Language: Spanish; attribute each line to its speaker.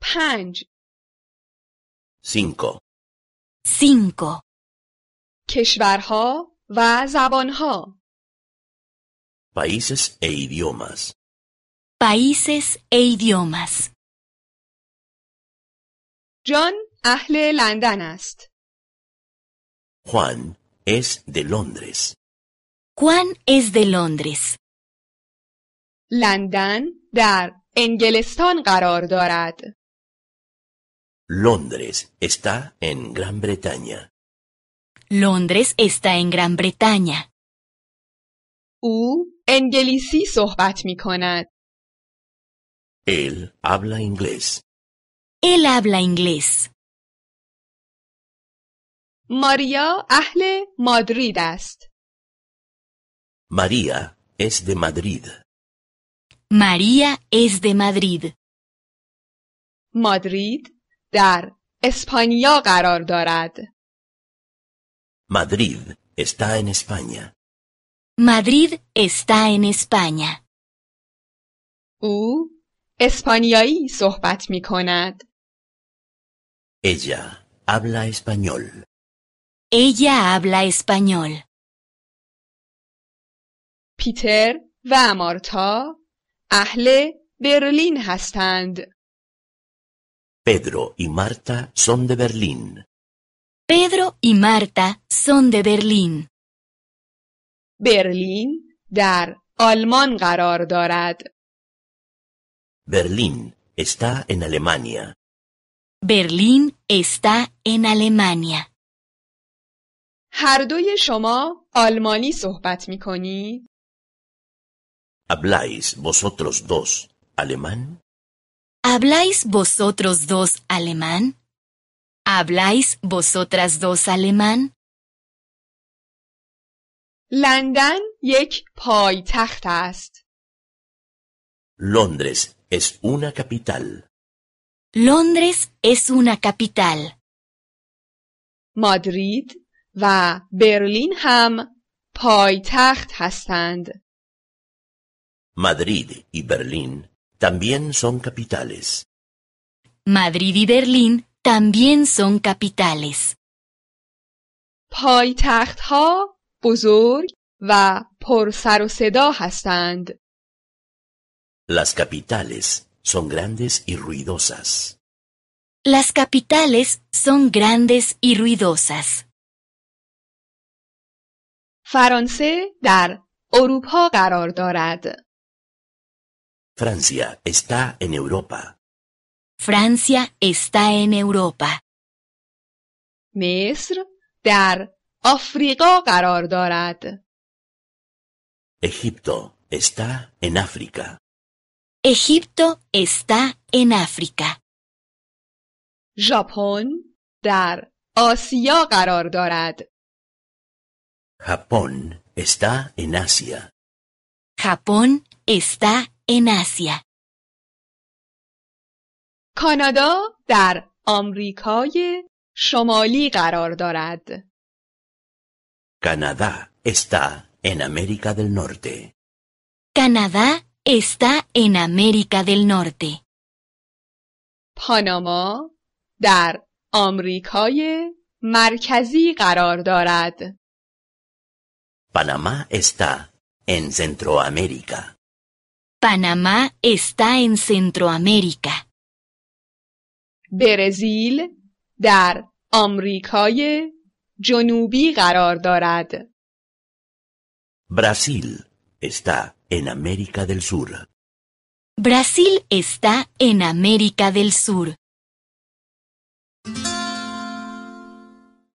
Speaker 1: پنج
Speaker 2: 5.
Speaker 3: 5.
Speaker 1: کشورها و زبانها
Speaker 2: Países e idiomas.
Speaker 3: Países e idiomas.
Speaker 1: جان اهل لندن است
Speaker 2: Juan es de Londres.
Speaker 3: Juan es de Londres.
Speaker 1: لندن در انگلستان قرار دارد
Speaker 2: Londres está en Gran Bretaña.
Speaker 3: Londres está en Gran Bretaña.
Speaker 1: او انگلیسی صحبت می کند
Speaker 2: Él habla inglés.
Speaker 3: Él habla inglés.
Speaker 1: ماریا اهل مادرید است
Speaker 2: María es de Madrid.
Speaker 3: María es de Madrid.
Speaker 1: مادرید در اسپانیا قرار دارد
Speaker 2: Madrid está en España.
Speaker 3: Madrid está en España.
Speaker 1: او اسپانیایی صحبت می کند
Speaker 2: Ella habla español.
Speaker 3: Ella habla español.
Speaker 1: پیتر و مارتا اهل برلین هستند
Speaker 2: Pedro y Marta son de Berlín.
Speaker 3: Pedro y Marta son de Berlín.
Speaker 1: برلین در آلمان قرار دارد
Speaker 2: Berlín está en Alemania.
Speaker 3: Berlín está en Alemania.
Speaker 1: هر دوی شما آلمانی صحبت می کنید؟
Speaker 2: ¿Habláis vosotros dos alemán?
Speaker 3: ¿Habláis vosotros dos alemán? ¿Habláis vosotras dos alemán?
Speaker 1: لندن یک پایتخت است.
Speaker 2: Londres es una capital.
Speaker 3: Londres es una capital.
Speaker 1: مادرید و برلین هم پایتخت هستند.
Speaker 2: Madrid y Berlín también son capitales.
Speaker 3: Madrid y Berlín también son capitales.
Speaker 1: پایتخت ها بزرگ و پر سر و صدا هستند.
Speaker 2: Las capitales son grandes y ruidosas.
Speaker 3: Las capitales son grandes y ruidosas.
Speaker 1: فرانسه در اروپا قرار دارد.
Speaker 2: Francia está en Europa.
Speaker 3: Francia está en Europa.
Speaker 1: مصر در آفریقا قرار دارد.
Speaker 2: Egipto está en África.
Speaker 3: Egipto está en África.
Speaker 1: ژاپن در آسیا قرار دارد.
Speaker 2: Japón está en Asia.
Speaker 3: Japón está en Asia.
Speaker 1: کانادا در آمریکای شمالی قرار دارد.
Speaker 2: Canadá está en América del Norte.
Speaker 3: Canadá está en América del Norte.
Speaker 1: پاناما در آمریکای مرکزی قرار دارد.
Speaker 2: Panamá está en Centroamérica.
Speaker 3: Panamá está en Centroamérica.
Speaker 1: برزیل در آمریکای جنوبی قرار دارد.
Speaker 2: Brasil está en América del Sur.
Speaker 3: Brasil está en América del Sur.